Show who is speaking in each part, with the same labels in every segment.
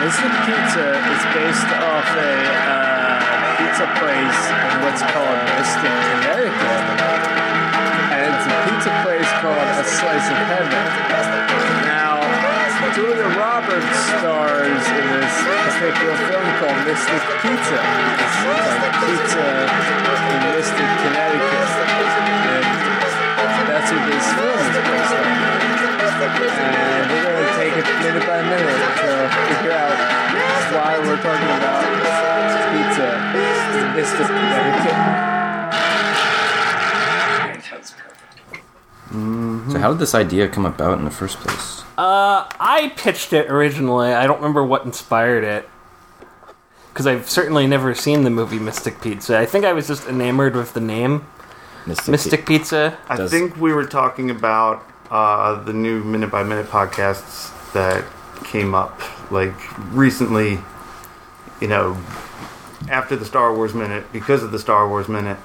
Speaker 1: Lizard Pizza is based off a uh, pizza place in what's called Mystic, Connecticut, and it's a pizza place called A Slice of Heaven. Now, Julia Roberts stars in this particular film called Mystic Pizza. It's like pizza in Mystic, Connecticut, and that's what this film is based on. And we're gonna take it minute by minute to figure out why we're talking about pizza in Mystic, Connecticut.
Speaker 2: So how did this idea come about in the first place?
Speaker 3: I pitched it originally. I don't remember what inspired it. Because I've certainly never seen the movie Mystic Pizza. I think I was just enamored with the name Mystic Pizza.
Speaker 4: I
Speaker 2: Does-
Speaker 4: think we were talking about uh, the new minute by minute podcasts that came up like recently, you know, after the Star Wars minute, because of the Star Wars minute.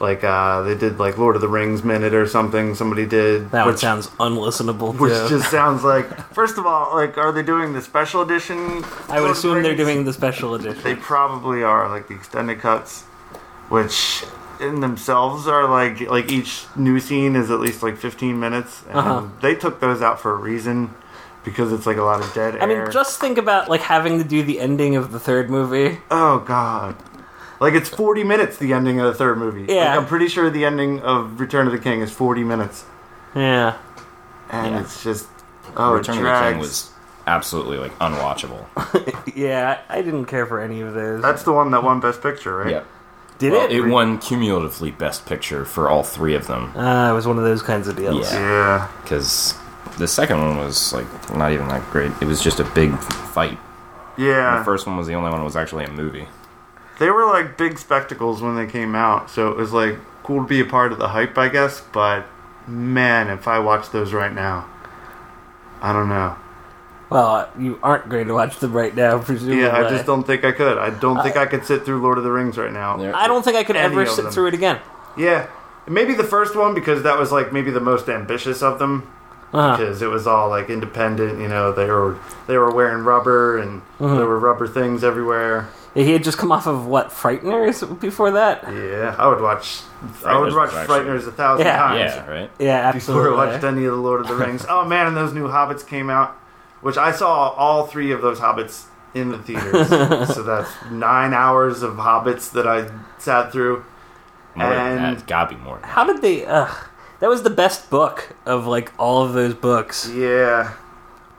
Speaker 4: Like uh, they did like Lord of the Rings minute or something. Somebody did
Speaker 3: That one
Speaker 4: which-
Speaker 3: sounds unlistenable.
Speaker 4: which
Speaker 3: too.
Speaker 4: just sounds like. First of all, like, are they doing the special edition?
Speaker 3: I would
Speaker 4: Lord of the
Speaker 3: assume they're
Speaker 4: Rings?
Speaker 3: doing the special
Speaker 4: They
Speaker 3: edition.
Speaker 4: probably are like the extended cuts, which in themselves are like like each new scene is at least like 15 minutes, and
Speaker 3: Uh-huh.
Speaker 4: they took those out for a reason because it's like a lot of dead air.
Speaker 3: I mean, just think about like having to do the ending of the third movie.
Speaker 4: oh god. Like it's 40 minutes the ending of the third movie.
Speaker 3: Yeah.
Speaker 4: Like I'm pretty sure the ending of Return of the King is 40 minutes
Speaker 3: Yeah,
Speaker 4: and
Speaker 2: Yeah.
Speaker 4: it's just oh
Speaker 2: Return
Speaker 4: it
Speaker 2: of the
Speaker 4: drags.
Speaker 2: King was absolutely like unwatchable.
Speaker 3: yeah. I didn't care for any of those.
Speaker 4: That's the one that won best picture, right?
Speaker 2: yeah.
Speaker 3: Did
Speaker 2: Well,
Speaker 3: it?
Speaker 2: it won cumulatively Best Picture for all three of them
Speaker 3: Ah, it was one of those kinds of deals.
Speaker 2: Yeah.
Speaker 4: Yeah.
Speaker 2: because the second one was like not even that great. It was just a big fight.
Speaker 4: Yeah.
Speaker 2: The first one was the only one that was actually a movie.
Speaker 4: they were like big spectacles when they came out, so it was like cool to be a part of the hype, I guess. But man, if I watch those right now, I don't know.
Speaker 3: Well, you aren't going to watch them right now, presumably.
Speaker 4: Yeah, I just don't think I could. I don't think I could sit through Lord of the Rings right now.
Speaker 2: There-
Speaker 3: I don't think I could
Speaker 4: Any
Speaker 3: ever
Speaker 4: of
Speaker 3: sit
Speaker 4: them.
Speaker 3: through it again.
Speaker 4: Yeah, maybe the first one because that was like maybe the most ambitious of them
Speaker 3: Uh-huh.
Speaker 4: because it was all like independent. You know, they were they were wearing rubber and there were rubber things everywhere.
Speaker 3: Yeah, He had just come off of what Frighteners before that.
Speaker 4: Yeah, I would watch. I would
Speaker 2: Frighteners
Speaker 4: watch
Speaker 2: was actually-
Speaker 4: Frighteners a thousand
Speaker 3: Yeah.
Speaker 4: times.
Speaker 2: Yeah, right.
Speaker 3: Yeah,
Speaker 4: before I
Speaker 3: absolutely.
Speaker 4: watched any of the Lord of the Rings. oh man, and those new Hobbits came out, which I saw all three of those Hobbits in the theaters. so that's nine hours of Hobbits that I sat through.
Speaker 2: More than
Speaker 4: And-
Speaker 2: that. Gotta be more.
Speaker 3: How did they? Ugh, that was the best book of like all of those books.
Speaker 4: Yeah,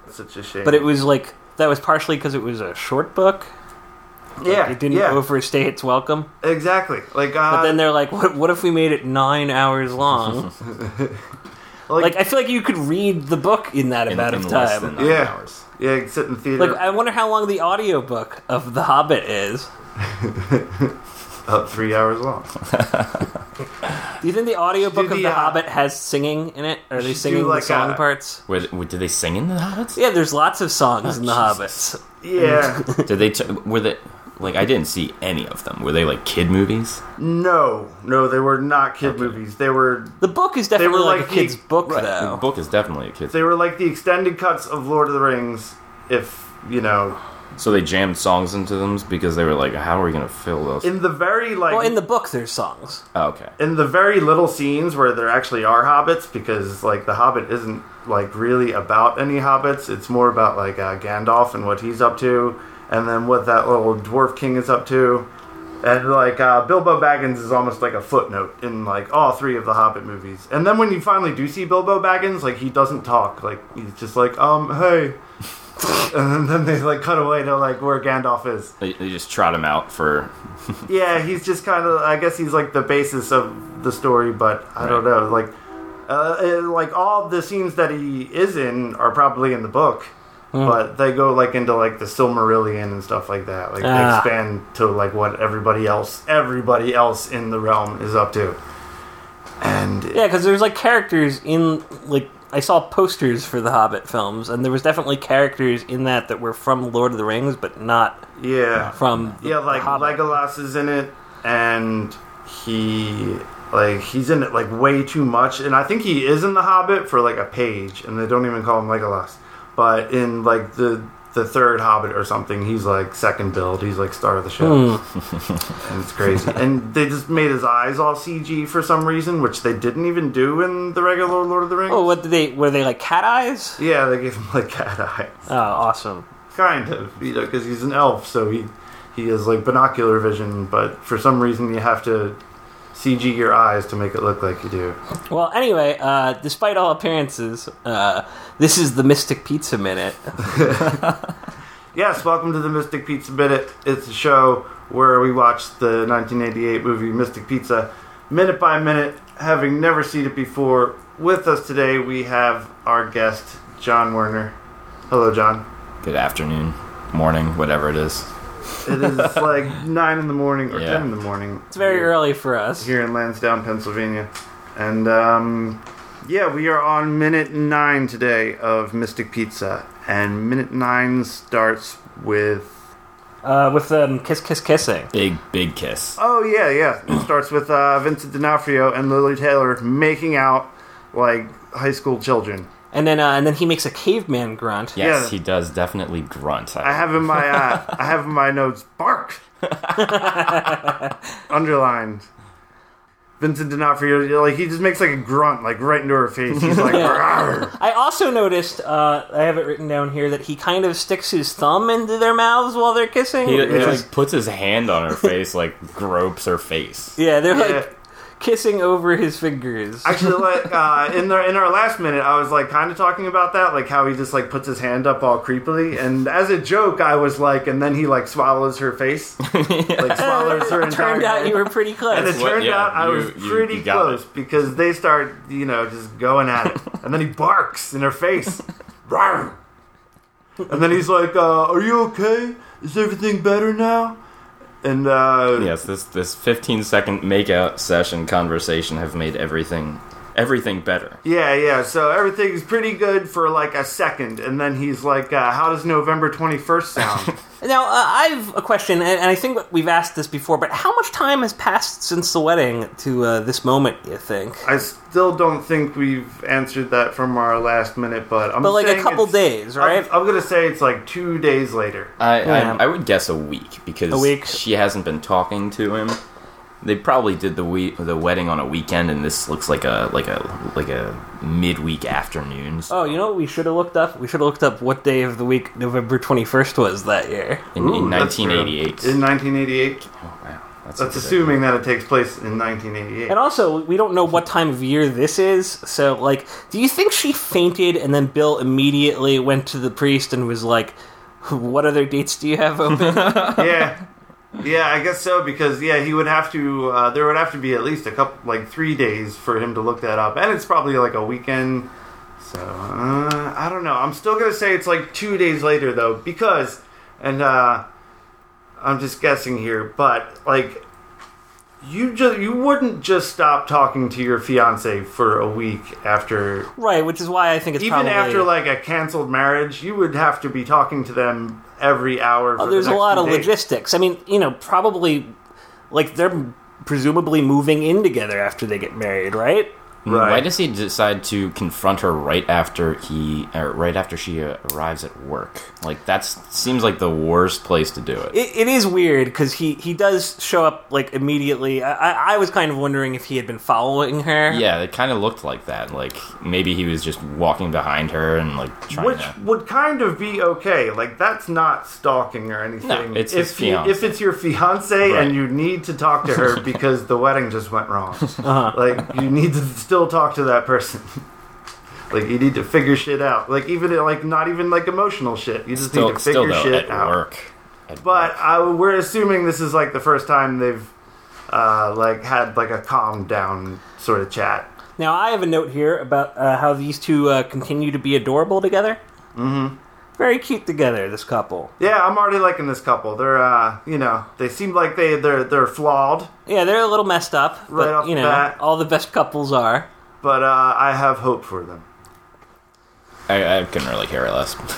Speaker 4: that's such a shame.
Speaker 3: But it was like that was partially because it was a short book.
Speaker 4: yeah,
Speaker 3: It didn't
Speaker 4: yeah,
Speaker 3: overstay its welcome.
Speaker 4: exactly. Like uh,
Speaker 3: But then they're like, what, what if we made it nine hours long?
Speaker 4: like,
Speaker 3: like, I feel like you could read the book in that
Speaker 2: In,
Speaker 3: amount
Speaker 2: in
Speaker 3: of
Speaker 2: less than
Speaker 3: time.
Speaker 2: nine
Speaker 4: Yeah.
Speaker 2: hours.
Speaker 4: yeah, you sit in the theater
Speaker 3: Like, I wonder how long the audiobook of The Hobbit is.
Speaker 4: about three hours long.
Speaker 3: Do you think the audiobook
Speaker 4: Do
Speaker 3: of
Speaker 4: the,
Speaker 3: The
Speaker 4: uh,
Speaker 3: Hobbit has singing in it? Are they
Speaker 4: should
Speaker 3: singing
Speaker 4: do, like,
Speaker 3: the
Speaker 4: uh,
Speaker 3: song
Speaker 4: a-
Speaker 3: parts?
Speaker 2: Were, they- were- did they sing in the Hobbits?
Speaker 3: Yeah, there's lots of songs
Speaker 4: Oh,
Speaker 3: in The Hobbits.
Speaker 4: Yeah,
Speaker 2: Did they? T- were they? Like I didn't see any of them. Were they like kid movies?
Speaker 4: no, no, they were not kid movies. They were
Speaker 3: The book is
Speaker 4: were
Speaker 3: definitely like,
Speaker 4: like
Speaker 3: a
Speaker 4: the-
Speaker 3: kid's book,
Speaker 2: The
Speaker 3: though.
Speaker 2: book is definitely a kid.
Speaker 4: they were like the extended cuts of Lord of the Rings. If you know,
Speaker 2: So they jammed songs into them because they were like, "How are we gonna fill those?"
Speaker 4: in the very like
Speaker 3: Well, in the book, there's songs.
Speaker 2: oh, okay.
Speaker 4: in the very little scenes where there actually are hobbits because like the hobbit isn't like really about any hobbits it's more about like uh, gandalf and what he's up to and then what that little dwarf king is up to and like uh, bilbo baggins is almost like a footnote in like all three of the hobbit movies and then when you finally do see bilbo baggins like he doesn't talk like he's just like um hey and then they like cut away to like where gandalf is
Speaker 2: They, they just trot him out for
Speaker 4: yeah, he's just kind of. I guess he's like the basis of the story, but I don't
Speaker 2: Right.
Speaker 4: know. Like, uh, it- like all the scenes that he is in are probably in the book,
Speaker 3: Hmm.
Speaker 4: but they go like into like the Silmarillion and stuff like that. Like
Speaker 3: Ah.
Speaker 4: they expand to like what everybody else, everybody else in the realm is up to. And
Speaker 3: Yeah, because there's like characters in like I saw posters for the Hobbit films, and there was definitely characters in that that were from Lord of the Rings, but not
Speaker 4: Yeah.
Speaker 3: from
Speaker 4: Yeah, like
Speaker 3: Hobbit.
Speaker 4: Legolas is in it, and he like he's in it like way too much, and I think he is in The Hobbit for like a page, and they don't even call him Legolas. But in like the the third Hobbit or something, he's like second build. He's like star of the show,
Speaker 3: Hmm.
Speaker 4: and it's crazy. and they just made his eyes all CG for some reason, which they didn't even do in the regular Lord of the Rings.
Speaker 3: Oh, what did they were they like cat eyes?
Speaker 4: Yeah, they gave him like cat eyes
Speaker 3: Oh, awesome.
Speaker 4: kind of you know because he's an elf so he he has like binocular vision but for some reason you have to cg your eyes to make it look like you do
Speaker 3: Well, anyway, uh, despite all appearances, uh, this is the Mystic Pizza Minute.
Speaker 4: yes welcome to the mystic pizza minute it's a show where we watch the 1988 movie mystic pizza minute by minute having never seen it before with us today we have our guest john werner hello john
Speaker 2: Good afternoon, morning, whatever it is.
Speaker 4: it is like 9 in the morning or
Speaker 2: Yeah.
Speaker 4: 10 in the morning
Speaker 3: It's very early for us.
Speaker 4: here in Lansdowne, Pennsylvania. And um, yeah, we are on minute nine today of Mystic Pizza. And minute nine starts with.
Speaker 3: Uh, with um, kiss, kiss, kissing.
Speaker 2: Big, big kiss.
Speaker 4: Oh, yeah, yeah. It starts with uh, Vincent D'Onofrio and Lily Taylor making out like high school children.
Speaker 3: And then, uh, and then he makes a caveman grunt.
Speaker 2: Yes,
Speaker 4: yeah.
Speaker 2: he does definitely grunt.
Speaker 4: I have in my uh, I have in my notes bark underlined. Vincent D'Onofrio like he just makes like a grunt like right into her face. He's like, "Rawr."
Speaker 3: I also noticed, uh, I have it written down here, that he kind of sticks his thumb into their mouths while they're kissing.
Speaker 2: He, he
Speaker 4: Yeah.
Speaker 2: like puts his hand on her face, like gropes her face.
Speaker 3: yeah, they're
Speaker 4: Yeah.
Speaker 3: like kissing over his fingers.
Speaker 4: Actually, like uh, in the in our last minute, I was like kind of talking about that, like how he just like puts his hand up all creepily, and as a joke, I was like, and then he like swallows her face, like swallows her entire.
Speaker 3: Turned out you were pretty
Speaker 4: and it
Speaker 3: close.
Speaker 2: That's what-
Speaker 4: turned
Speaker 2: yeah,
Speaker 4: out I
Speaker 2: you-
Speaker 4: was
Speaker 2: you-
Speaker 4: pretty
Speaker 2: you got
Speaker 4: close because they start, you know, just going at it, and then he barks in her face, Rawr! and then he's like, uh, "Are you okay? Is everything better now?" And uh,
Speaker 2: Yes, this this 15 second makeout session conversation have made everything everything better.
Speaker 4: Yeah, yeah. So everything's pretty good for like a second, and then he's like, uh, "How does November twenty first sound?"
Speaker 3: Now, uh, I have a question, and, and I think we've asked this before, but how much time has passed since the wedding to uh, this moment, you think?
Speaker 4: I still don't think we've answered that from our last minute, but I'm
Speaker 3: But like
Speaker 4: saying
Speaker 3: a couple
Speaker 4: it's-
Speaker 3: days, right?
Speaker 4: I'm, I'm gonna say it's like two days later.
Speaker 2: I,
Speaker 3: Yeah.
Speaker 2: I I would guess a week because
Speaker 3: A week.
Speaker 2: she hasn't been talking to him. They probably did the we- the wedding on a weekend, and this looks like a like a like a midweek afternoon.
Speaker 3: Oh, you know what we should have looked up? We should have looked up what day of the week November 21st was that year.
Speaker 2: in, in
Speaker 4: Ooh, that's true.
Speaker 2: 1988.
Speaker 4: In 1988,
Speaker 2: oh, wow, that's,
Speaker 4: that's
Speaker 2: a-
Speaker 4: assuming that it takes place in 1988.
Speaker 3: And also, we don't know what time of year this is, so, like, do you think she fainted and then Bill immediately went to the priest and was like, what other dates do you have open?
Speaker 4: yeah, yeah, I guess so because yeah, he would have to. Uh, there would have to be at least a couple, like three days for him to look that up, and it's probably like a weekend. So uh, I don't know. I'm still gonna say it's like two days later though because, and uh, I'm just guessing here, but like. You just you wouldn't just stop talking to your fiance for a week after
Speaker 3: right, which is why I think it's
Speaker 4: even
Speaker 3: probably...
Speaker 4: after like a canceled marriage you would have to be talking to them every hour. For
Speaker 3: Oh,
Speaker 4: the
Speaker 3: there's a
Speaker 4: next
Speaker 3: lot
Speaker 4: few
Speaker 3: of
Speaker 4: days.
Speaker 3: logistics. I mean, you know, probably, like, they're presumably moving in together after they get married, right?
Speaker 4: Right.
Speaker 2: Mm, Why does he decide to confront her right after he or right after she uh, arrives at work? Like that seems like the worst place to do it.
Speaker 3: It, it is weird because he, he does show up like immediately. I, I- I was kind of wondering if he had been following her.
Speaker 2: yeah, it kind of looked like that. Like maybe he was just walking behind her and like trying
Speaker 4: Which
Speaker 2: to.
Speaker 4: would kind of be okay. Like that's not stalking or anything.
Speaker 2: No, it's
Speaker 4: if
Speaker 2: his
Speaker 4: you-
Speaker 2: fiance.
Speaker 4: if it's your fiance
Speaker 2: Right.
Speaker 4: and you need to talk to her because the wedding just went wrong.
Speaker 2: Uh-huh.
Speaker 4: Like you need to still talk to that person. like you need to figure shit out. Like even like not even like emotional shit. You just need
Speaker 2: Still,
Speaker 4: to
Speaker 2: still
Speaker 4: figure
Speaker 2: though,
Speaker 4: shit
Speaker 2: at
Speaker 4: out.
Speaker 2: work. At
Speaker 4: But
Speaker 2: work.
Speaker 4: I, we're assuming this is like the first time they've uh, like had like a calm down sort of chat.
Speaker 3: Now I have a note here about uh, how these two uh, continue to be adorable together. Mm-hmm. Very cute together, this couple.
Speaker 4: Yeah, I'm already liking this couple. They're uh, you know, they seem like they they're they're flawed.
Speaker 3: Yeah, they're a little messed up,
Speaker 4: Right
Speaker 3: but
Speaker 4: off
Speaker 3: you
Speaker 4: the
Speaker 3: know,
Speaker 4: bat.
Speaker 3: all the best couples are.
Speaker 4: but uh, I have hope for them.
Speaker 2: I, I couldn't really care less.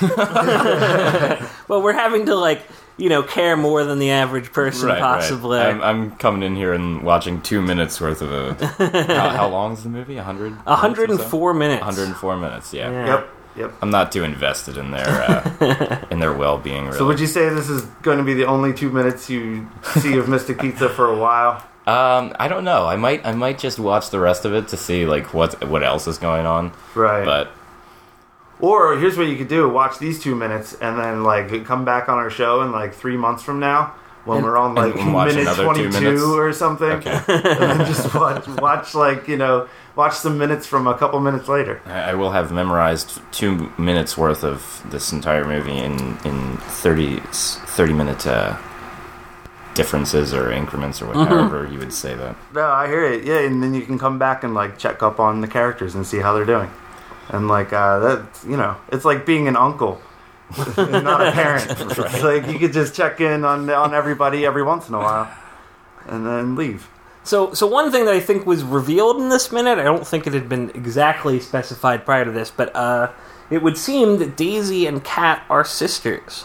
Speaker 3: Well, we're having to like you know care more than the average person possibly.
Speaker 2: I'm, I'm coming in here and watching two minutes worth of a. how, how long is the movie? A hundred.
Speaker 3: A hundred and four minutes.
Speaker 2: 104 minutes. Yeah.
Speaker 3: Yeah.
Speaker 4: Yep. Yep.
Speaker 2: I'm not too invested in their uh, in their well being. Really.
Speaker 4: So would you say this is going to be the only two minutes you see of Mystic Pizza for a while?
Speaker 2: um, I don't know. I might I might just watch the rest of it to see like what what else is going on.
Speaker 4: Right.
Speaker 2: But
Speaker 4: Or here's what you could do: watch these two minutes, and then like come back on our show in like three months from now when we're on like
Speaker 2: and watch
Speaker 4: minute
Speaker 2: another two
Speaker 4: twenty-two
Speaker 2: minutes?
Speaker 4: or something,
Speaker 2: Okay.
Speaker 4: and then just watch, watch like you know watch some minutes from a couple minutes later.
Speaker 2: I I will have memorized two minutes worth of this entire movie in in 30, 30 minute uh, differences or increments or
Speaker 3: Mm-hmm.
Speaker 2: whatever you would say that.
Speaker 4: No, I hear it. Yeah, and then you can come back and like check up on the characters and see how they're doing, and like uh, that you know it's like being an uncle. not a parent. It's like you could just check in on on everybody every once in a while, and then leave.
Speaker 3: So, so one thing that I think was revealed in this minute, I don't think it had been exactly specified prior to this, but uh, it would seem that Daisy and Kat are sisters.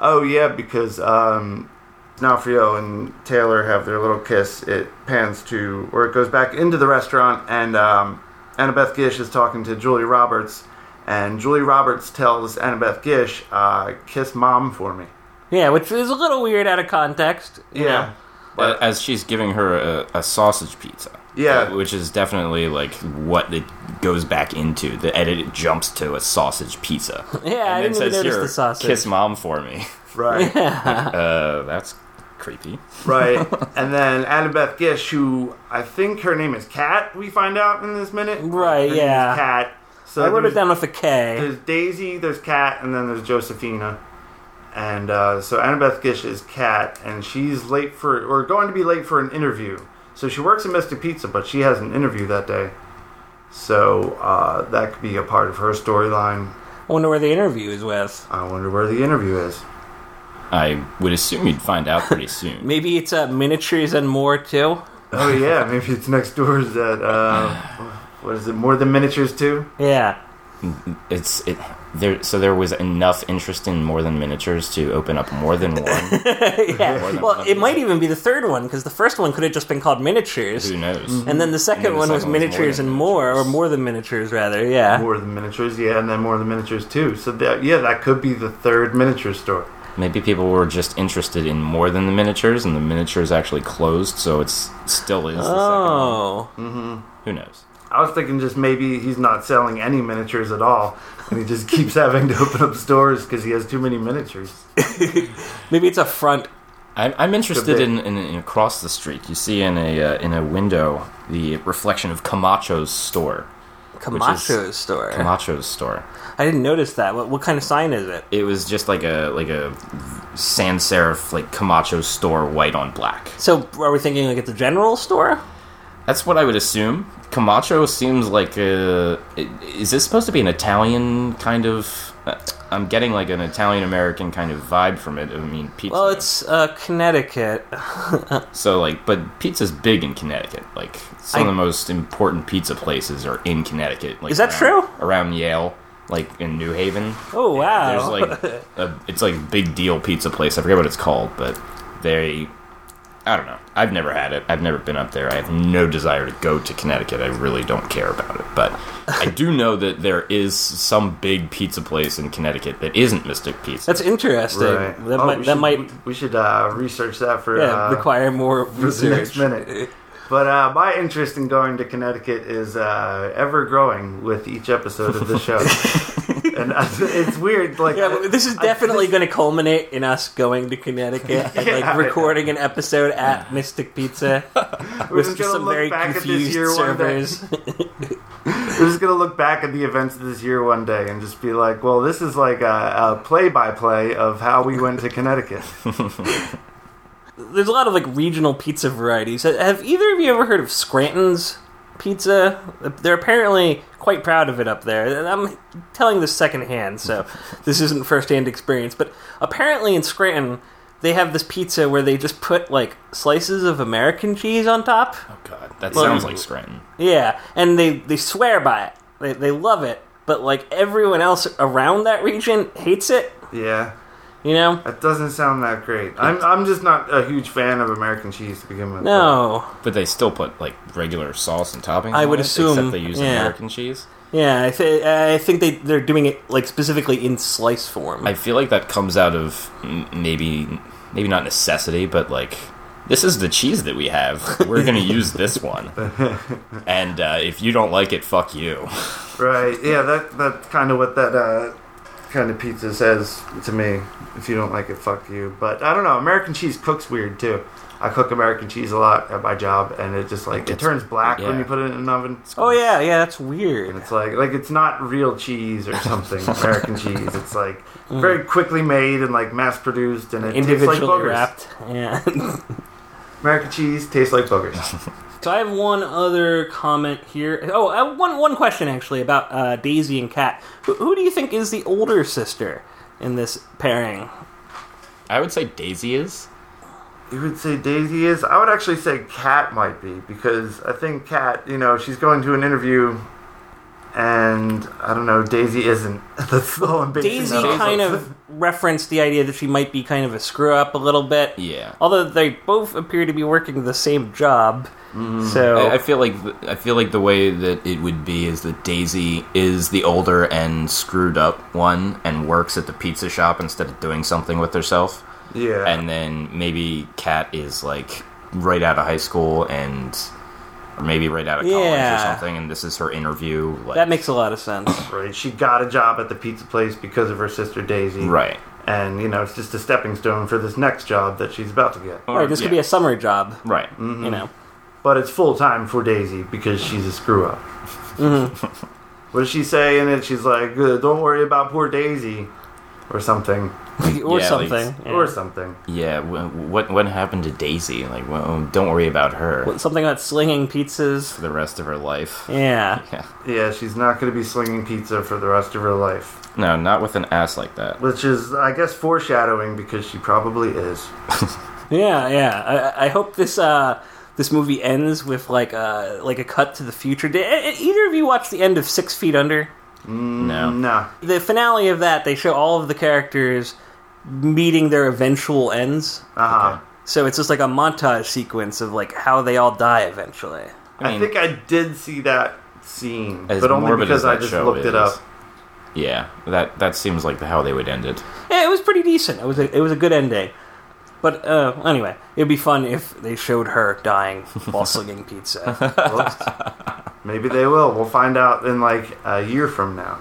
Speaker 4: Oh yeah, because um, Nafrio and Taylor have their little kiss. It pans to, or it goes back into the restaurant, and um, Annabeth Gish is talking to Julie Roberts, and Julie Roberts tells Annabeth Gish, uh, "Kiss mom for me."
Speaker 3: Yeah, which is a little weird out of context. you know.
Speaker 2: A- As she's giving her a, a sausage pizza.
Speaker 4: Yeah.
Speaker 2: uh, Which is definitely like what it goes back into. The edit jumps to a sausage pizza.
Speaker 3: Yeah, I
Speaker 2: and then
Speaker 3: didn't even
Speaker 2: says,
Speaker 3: notice
Speaker 2: "Here,
Speaker 3: the sausage.
Speaker 2: Kiss mom for me.
Speaker 4: right.
Speaker 2: Uh, that's creepy.
Speaker 4: Right. and then Annabeth Gish, who I think her name is Kat, we find out in this minute.
Speaker 3: Right,
Speaker 4: Her name is
Speaker 3: yeah.
Speaker 4: Kat. So
Speaker 3: I wrote
Speaker 4: there's-
Speaker 3: it down with a
Speaker 2: Mm.
Speaker 3: K.
Speaker 4: There's Daisy, there's Kat, and then there's Josephina. And uh, so Annabeth Gish is Kat, and she's late for, or going to be late for an interview. So she works at Mystic Pizza, but she has an interview that day. So uh, that could be a part of her storyline.
Speaker 3: I wonder where the interview is with.
Speaker 4: I wonder where the interview is.
Speaker 2: I would assume you'd find out pretty soon.
Speaker 3: Maybe it's uh, miniatures and more too.
Speaker 4: Oh yeah, maybe it's next door. Is that uh, what is it? More than miniatures too?
Speaker 3: Yeah,
Speaker 2: it's it there so there was enough interest in more than miniatures to open up more than one More
Speaker 3: yeah.
Speaker 2: than
Speaker 3: Well,
Speaker 2: one.
Speaker 3: it might even be the third one because the first one could have just been called miniatures,
Speaker 2: who knows
Speaker 3: and then the second
Speaker 2: the second
Speaker 3: one was
Speaker 2: one was more
Speaker 3: miniatures
Speaker 2: than
Speaker 3: and more, or
Speaker 2: miniatures.
Speaker 3: more than miniatures rather. Yeah.
Speaker 4: More than miniatures, yeah, and then more than miniatures too. So that yeah, that could be the third miniature store.
Speaker 2: maybe people were just interested in more than the miniatures and the miniatures actually closed so it's still is the second one.
Speaker 3: Oh,
Speaker 2: who knows
Speaker 4: I was thinking just maybe he's not selling any miniatures at all, and he just keeps having to open up stores because he has too many miniatures.
Speaker 3: maybe it's a front.
Speaker 2: I'm, I'm interested
Speaker 4: be.
Speaker 2: in, in, in across the street you see in a uh, in a window the reflection of Camacho's store
Speaker 3: Camacho's store.
Speaker 2: Camacho's store
Speaker 3: I didn't notice that. What, what kind of sign is it?
Speaker 2: it was just like a like a sans serif like Camacho's store white on black
Speaker 3: So are we thinking like it's a general store?
Speaker 2: That's what I would assume. Camacho seems like a. Is this supposed to be an Italian kind of? uh, I'm getting like an Italian American kind of vibe from it. I mean, pizza.
Speaker 3: Well, it's uh, Connecticut.
Speaker 2: so like, but pizza's big in Connecticut. Like, some of
Speaker 3: I-
Speaker 2: the most important pizza places are in Connecticut. Like,
Speaker 3: Is that
Speaker 2: around-
Speaker 3: true?
Speaker 2: Around Yale, like in New Haven,
Speaker 3: Oh wow!
Speaker 2: there's like a, it's like a big deal pizza place. I forget what it's called, but they. I don't know. I've never had it. I've never been up there. I have no desire to go to Connecticut. I really don't care about it. But I do know that there is some big pizza place in Connecticut that isn't Mystic Pizza.
Speaker 3: That's interesting. That
Speaker 4: Oh,
Speaker 3: might.
Speaker 4: we
Speaker 3: That
Speaker 4: should,
Speaker 3: might.
Speaker 4: we should uh, research that for
Speaker 3: yeah,
Speaker 4: uh,
Speaker 3: require more
Speaker 4: for the
Speaker 3: research.
Speaker 4: next minute. But uh, my interest in going to Connecticut is uh, ever growing with each episode of the show, and I, it's weird. Like
Speaker 3: Yeah, but this is definitely going to culminate in us going to Connecticut and like
Speaker 4: Yeah.
Speaker 3: recording an episode at Mystic Pizza
Speaker 4: we're
Speaker 3: with
Speaker 4: just gonna
Speaker 3: some
Speaker 4: look
Speaker 3: very
Speaker 4: back at this
Speaker 3: confused
Speaker 4: year one day.
Speaker 3: servers.
Speaker 4: We're just gonna look back at the events of this year one day and just be like, "Well, this is like a, a play-by-play of how we went to Connecticut."
Speaker 3: There's a lot of like regional pizza varieties. Ha- Have either of you ever heard of Scranton's pizza? They're apparently quite proud of it up there. And I'm telling this secondhand, so this isn't firsthand experience. But apparently in Scranton, they have this pizza where they just put like slices of American cheese on top.
Speaker 2: oh God, that
Speaker 3: Well-
Speaker 2: sounds like Scranton.
Speaker 3: Yeah, and they they swear by it. They they love it, but like everyone else around that region hates it.
Speaker 4: Yeah,
Speaker 3: You know?
Speaker 4: that doesn't sound that great. I'm I'm just not a huge fan of American cheese to begin with.
Speaker 3: No.
Speaker 2: But they still put like regular sauce and toppings.
Speaker 3: I
Speaker 2: on
Speaker 3: would
Speaker 2: it,
Speaker 3: assume,
Speaker 2: except they use
Speaker 3: yeah.
Speaker 2: American cheese.
Speaker 3: Yeah, I, th- I think they they're doing it like specifically in slice form.
Speaker 2: I feel like that comes out of m- maybe maybe not necessity, but like this is the cheese that we have. We're gonna use this one, and uh, if you don't like it, fuck you.
Speaker 4: Right. Yeah, that that's kind of what that uh, kind of pizza says to me. If you don't like it, fuck you. But I don't know. American cheese cooks weird too. I cook American cheese a lot at my job, and it just like it
Speaker 2: It's-
Speaker 4: turns black when
Speaker 2: yeah.
Speaker 4: you put it in an oven.
Speaker 3: oh yeah, yeah, that's
Speaker 4: And
Speaker 3: weird.
Speaker 4: it's like like it's not real cheese or something. American cheese. It's like very quickly made and like mass produced, and it tastes like
Speaker 3: Individually
Speaker 4: boogers.
Speaker 3: wrapped. Yeah.
Speaker 4: American cheese tastes like boogers.
Speaker 3: So I have one other comment here. Oh, I have one one question actually about uh, Daisy and Kat. Who, who do you think is the older sister in this pairing?
Speaker 2: I would say Daisy is.
Speaker 4: You would say Daisy is. I would actually say Kat might be because I think Kat, you know, she's going to an interview, and I don't know. Daisy isn't. That's all I'm basing
Speaker 3: Daisy
Speaker 4: that off
Speaker 3: kind of referenced the idea that she might be kind of a screw up a little bit.
Speaker 2: Yeah.
Speaker 3: Although they both appear to be working the same job, so
Speaker 2: I I feel like th- I feel like the way that it would be is that Daisy is the older and screwed up one and works at the pizza shop instead of doing something with herself.
Speaker 4: Yeah.
Speaker 2: and then maybe Kat is like right out of high school and or maybe right out of college
Speaker 3: Yeah.
Speaker 2: or something and this is her interview like
Speaker 3: that makes a lot of sense.
Speaker 4: right. She got a job at the pizza place because of her sister Daisy.
Speaker 2: right
Speaker 4: And you know, it's just a stepping stone for this next job that she's about to get.
Speaker 3: All right, this could be a summer job,
Speaker 2: right
Speaker 3: you know.
Speaker 4: But it's full time for Daisy because she's a screw up. what does she say in it? She's like, "Uh, "Don't worry about poor Daisy," or something,
Speaker 3: or
Speaker 2: Yeah, like-
Speaker 3: something. Yeah.
Speaker 4: or something.
Speaker 2: yeah wh- what what happened to Daisy like well, don't worry about her
Speaker 3: something about slinging pizzas.
Speaker 2: for the rest of her life
Speaker 3: Yeah.
Speaker 2: yeah
Speaker 4: Yeah, she's not going to be slinging pizza for the rest of her life,
Speaker 2: no not with an ass like that
Speaker 4: which is, I guess, foreshadowing because she probably is.
Speaker 3: Yeah, yeah. I- I, I hope this uh, this movie ends with like a like a cut to the future. Did e- e- either of you watch the end of Six Feet Under?
Speaker 2: no
Speaker 4: No,
Speaker 3: The finale of that, they show all of the characters meeting their eventual ends.
Speaker 4: uh huh.
Speaker 3: So it's just like a montage sequence of like how they all die eventually.
Speaker 2: I
Speaker 4: I
Speaker 2: mean
Speaker 4: think I did see that scene,
Speaker 2: As
Speaker 4: but only
Speaker 2: morbid as
Speaker 4: because I
Speaker 2: that
Speaker 4: just
Speaker 2: show
Speaker 4: looked it
Speaker 2: is.
Speaker 4: up.
Speaker 3: Mm-hmm.
Speaker 2: yeah that that seems like how they would end it
Speaker 3: Yeah, it was pretty decent. It was a, it was a good ending. But uh, anyway, it'd be fun if they showed her dying while slinging pizza.
Speaker 4: Whoops. Maybe they will. We'll find out in like a year from now.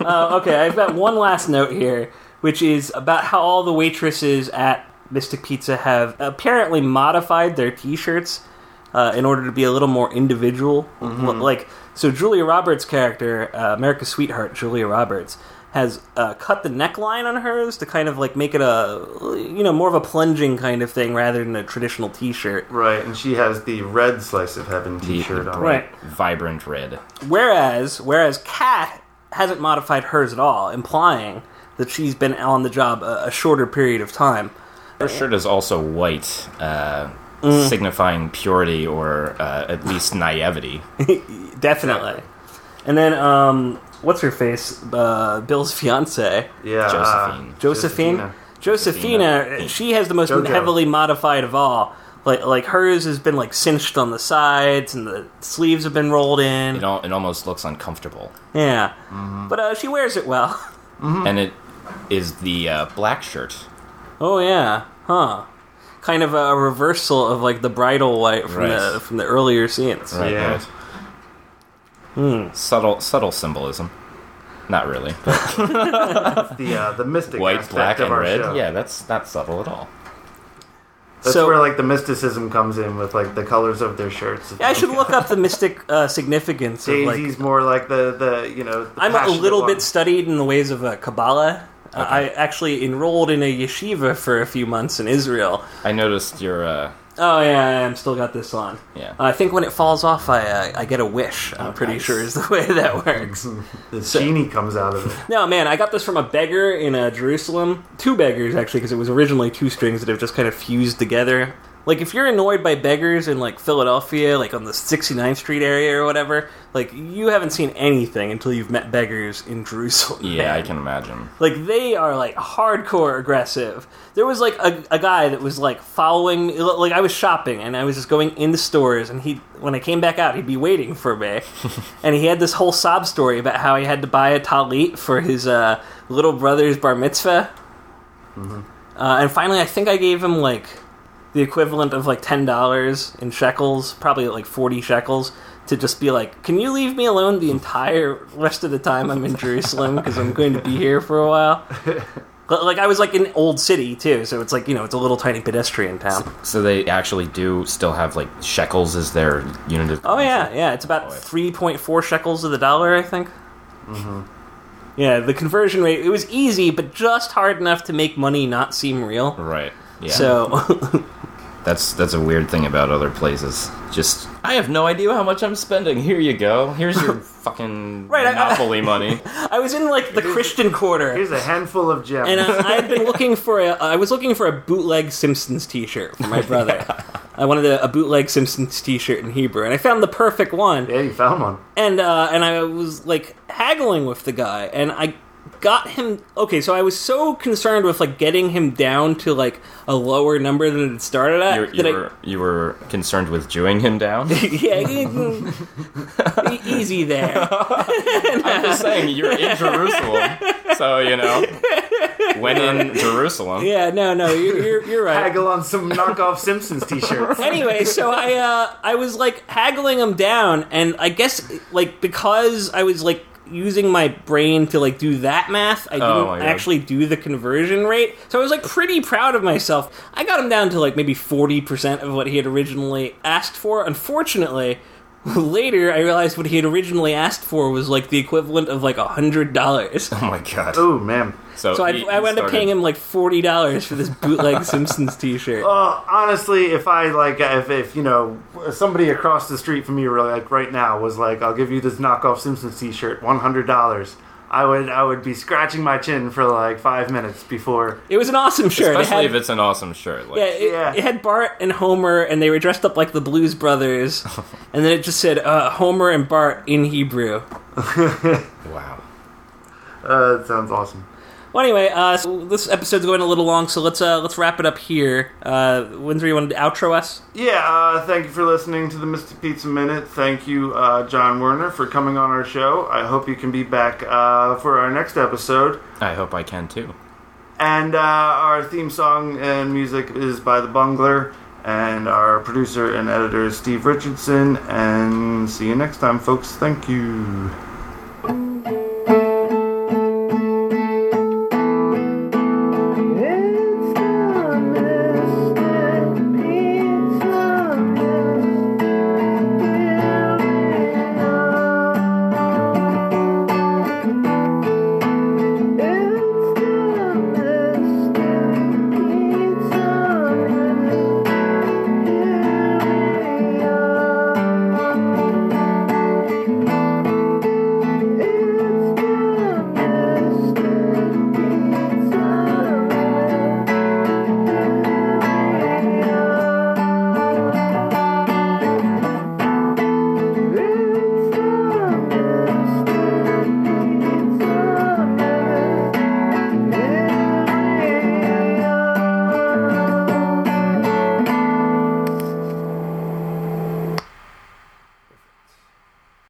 Speaker 3: Uh, okay, I've got one last note here, which is about how all the waitresses at Mystic Pizza have apparently modified their T-shirts uh, in order to be a little more individual. L- Like, so Julia Roberts' character, uh, America's sweetheart, Julia Roberts, has uh, cut the neckline on hers to kind of like make it a you know more of a plunging kind of thing rather than a traditional T-shirt.
Speaker 4: Right, and she has the red slice of heaven T-shirt on.
Speaker 3: Right.
Speaker 2: vibrant red
Speaker 3: Whereas, whereas Kat hasn't modified hers at all, implying that she's been on the job a, a shorter period of time.
Speaker 2: Her shirt is also white, uh,
Speaker 3: Mm.
Speaker 2: signifying purity or uh, at least naivety.
Speaker 3: Definitely. And then, um, what's her face? Uh, Bill's fiance,
Speaker 4: Yeah.
Speaker 2: Josephine.
Speaker 3: Josephine. Josephina. She has the most
Speaker 4: Jojo.
Speaker 3: heavily modified of all. Like, like hers has been like cinched on the sides, and the sleeves have been rolled in.
Speaker 2: It, al- it almost looks uncomfortable,
Speaker 3: yeah, but uh, she wears it well. Hmm.
Speaker 2: and it is the uh, black shirt.
Speaker 3: Oh yeah, huh? Kind of a reversal of like the bridal white from
Speaker 2: Right.
Speaker 3: the from the earlier scenes.
Speaker 4: Yeah.
Speaker 3: Hmm.
Speaker 2: Subtle, subtle symbolism. Not really.
Speaker 4: Uh, the uh, the mystic
Speaker 2: white,
Speaker 4: aspect
Speaker 2: black,
Speaker 4: of
Speaker 2: and
Speaker 4: our
Speaker 2: red.
Speaker 4: show.
Speaker 2: Yeah, that's not subtle at all.
Speaker 4: That's
Speaker 3: So-
Speaker 4: where like the mysticism comes in with like the colors of their shirts.
Speaker 3: Yeah, I should look up the mystic uh, significance of like.
Speaker 4: Daisy's more like the the you know. The
Speaker 3: I'm a
Speaker 4: passionate
Speaker 3: little
Speaker 4: one.
Speaker 3: bit studied in the ways of uh, Kabbalah. Uh, I actually enrolled in a yeshiva for a few months in Israel.
Speaker 2: I noticed your. Uh,
Speaker 3: Oh yeah, I'm still got this on.
Speaker 2: Yeah.
Speaker 3: I think when it falls off, I uh, I get a wish. I'm pretty
Speaker 2: nice.
Speaker 3: sure is the way that
Speaker 4: Mm-hmm.
Speaker 3: works.
Speaker 4: The genie comes out of it.
Speaker 3: No, man, I got this from a beggar in uh, Jerusalem. Two beggars, actually, because it was originally two strings that have just kind of fused together. Like if you're annoyed by beggars in like Philadelphia, like on the 69th Street area or whatever, like you haven't seen anything until you've met beggars in Jerusalem.
Speaker 2: Yeah, I can imagine.
Speaker 3: Like they are like hardcore aggressive. There was like a, a guy that was like following me. Like I was shopping and I was just going in the stores, and he when I came back out, he'd be waiting for me, and he had this whole sob story about how he had to buy a talit for his uh, little brother's bar mitzvah. Uh, and finally, I think I gave him like the equivalent of like ten dollars in shekels, probably like forty shekels, to just be like, "Can you leave me alone the entire rest of the time I'm in Jerusalem because I'm going to be here for a while." But, Like I was like in Old City too, so it's like you know it's a little tiny pedestrian town.
Speaker 2: So they actually do still have like shekels as their unit of.
Speaker 3: Oh yeah, yeah, it's
Speaker 2: Oh,
Speaker 3: about
Speaker 2: yeah.
Speaker 3: three point four shekels of the dollar, I think.
Speaker 2: Mm-hmm.
Speaker 3: Yeah, the conversion rate it was easy, but just hard enough to make money not seem real.
Speaker 2: Right. Yeah.
Speaker 3: So
Speaker 2: that's that's a weird thing about other places. Just I have no idea how much I'm spending. Here you go. Here's your fucking
Speaker 3: Right, I- I-
Speaker 2: monopoly money.
Speaker 3: I was in like the Christian quarter.
Speaker 4: Here's a handful of gems.
Speaker 3: and uh, I, I had been looking for a. I was looking for a bootleg Simpsons T-shirt for my brother. I wanted a, a bootleg Simpsons T-shirt in Hebrew, and I found the perfect one.
Speaker 4: yeah, you found one.
Speaker 3: And uh, and I was like haggling with the guy, and I got him. Okay, so I was so concerned with like getting him down to like a lower number than it started at.
Speaker 2: You're, you
Speaker 3: that I-
Speaker 2: were you were concerned with Jewing him down.
Speaker 3: yeah, mm, e- easy there.
Speaker 2: I'm just saying you're in Jerusalem, so you know when in Jerusalem.
Speaker 3: Yeah, no, no, you're you're, you're right.
Speaker 4: Haggle on some knockoff Simpsons T-shirts.
Speaker 3: anyway, so I uh, I was like haggling him down, and I guess like because I was like using my brain to like do that math, I
Speaker 2: Oh, my
Speaker 3: didn't
Speaker 2: God.
Speaker 3: actually do the conversion rate. So I was like pretty proud of myself. I got him down to like maybe forty percent of what he had originally asked for. Unfortunately. Later, I realized what he had originally asked for was like the equivalent of like a hundred dollars.
Speaker 2: Oh my god.
Speaker 4: Oh man.
Speaker 2: So,
Speaker 3: So I,
Speaker 2: he-
Speaker 3: I
Speaker 2: he
Speaker 3: wound up
Speaker 2: started-
Speaker 3: paying him like forty dollars for this bootleg Simpsons T-shirt.
Speaker 4: Uh, honestly, if I like, if, if you know, somebody across the street from me, were like right now, was like, "I'll give you this knockoff Simpsons T-shirt, one hundred dollars," I would, I would be scratching my chin for like five minutes before.
Speaker 3: It was an awesome shirt. It
Speaker 2: Especially
Speaker 3: had-
Speaker 2: if it's an awesome shirt. Like,
Speaker 3: Yeah, it,
Speaker 4: Yeah.
Speaker 3: it had Bart and Homer, and they were dressed up like the Blues Brothers, and then it just said uh, Homer and Bart in Hebrew.
Speaker 2: Wow.
Speaker 4: Uh, that sounds awesome.
Speaker 3: Well, anyway, uh, so this episode's going a little long, so let's uh, let's wrap it up here. Uh, Windsor, you wanted to outro us?
Speaker 4: Yeah, uh, thank you for listening to the Mystic Pizza Minute. Thank you, uh, John Werner, for coming on our show. I hope you can be back uh, for our next episode.
Speaker 2: I hope I can too.
Speaker 4: And uh, our theme song and music is by The Bungler. And our producer and editor is Steve Richardson. And see you next time, folks. Thank you.